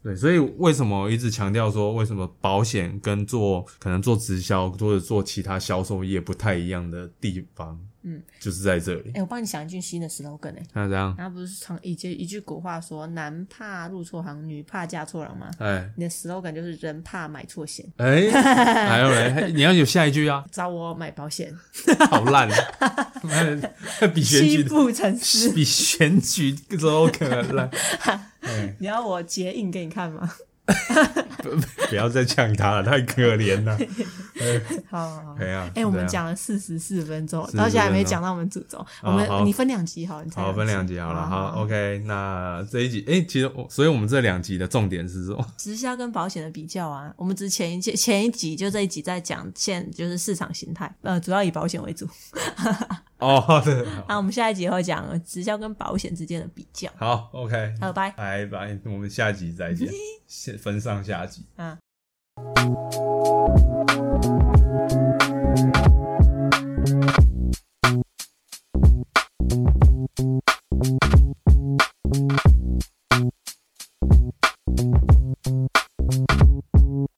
Speaker 2: 对，所以为什么我一直强调说，为什么保险跟做可能做直销或者做其他销售业不太一样的地方，
Speaker 1: 嗯，
Speaker 2: 就是在这里
Speaker 1: 哎、。我帮你想一句新的 slogan 哎、
Speaker 2: 那这样，
Speaker 1: 然后不是常以前一句古话说“男怕入错行，女怕嫁错郎”吗？
Speaker 2: 哎
Speaker 1: 你的 slogan 就是“人怕买错险
Speaker 2: 哎，还有嘞，你要有下一句啊”，，
Speaker 1: 找我买保险，
Speaker 2: 好烂，哎 比选
Speaker 1: 七
Speaker 2: 举
Speaker 1: 步成 诗。
Speaker 2: 比选举都可能 烂。哎
Speaker 1: 你要我结印给你看吗？
Speaker 2: 不要再呛他了，太可怜 了。
Speaker 1: 好好好。
Speaker 2: 哎呀，
Speaker 1: 哎、我们
Speaker 2: 对啊
Speaker 1: 讲了四十四分钟，
Speaker 2: 44
Speaker 1: 到现在还没
Speaker 2: 分钟
Speaker 1: 讲到我们主轴。
Speaker 2: 哦
Speaker 1: 我们、
Speaker 2: 好
Speaker 1: 你分两集好，你才
Speaker 2: 好，分两集好了。
Speaker 1: 嗯
Speaker 2: 好 o k 那这一集，哎、其实我，所以我们这两集的重点是什么？
Speaker 1: 直销跟保险的比较啊，我们只前一届前一集就这一集在讲现就是市场形态，呃，主要以保险为主。
Speaker 2: 哦，对，
Speaker 1: 那、我们下一集会讲直销跟保险之间的比较。
Speaker 2: 好，OK，
Speaker 1: 好，拜。
Speaker 2: 拜拜，我们下集再见，先分上下集。
Speaker 1: 嗯。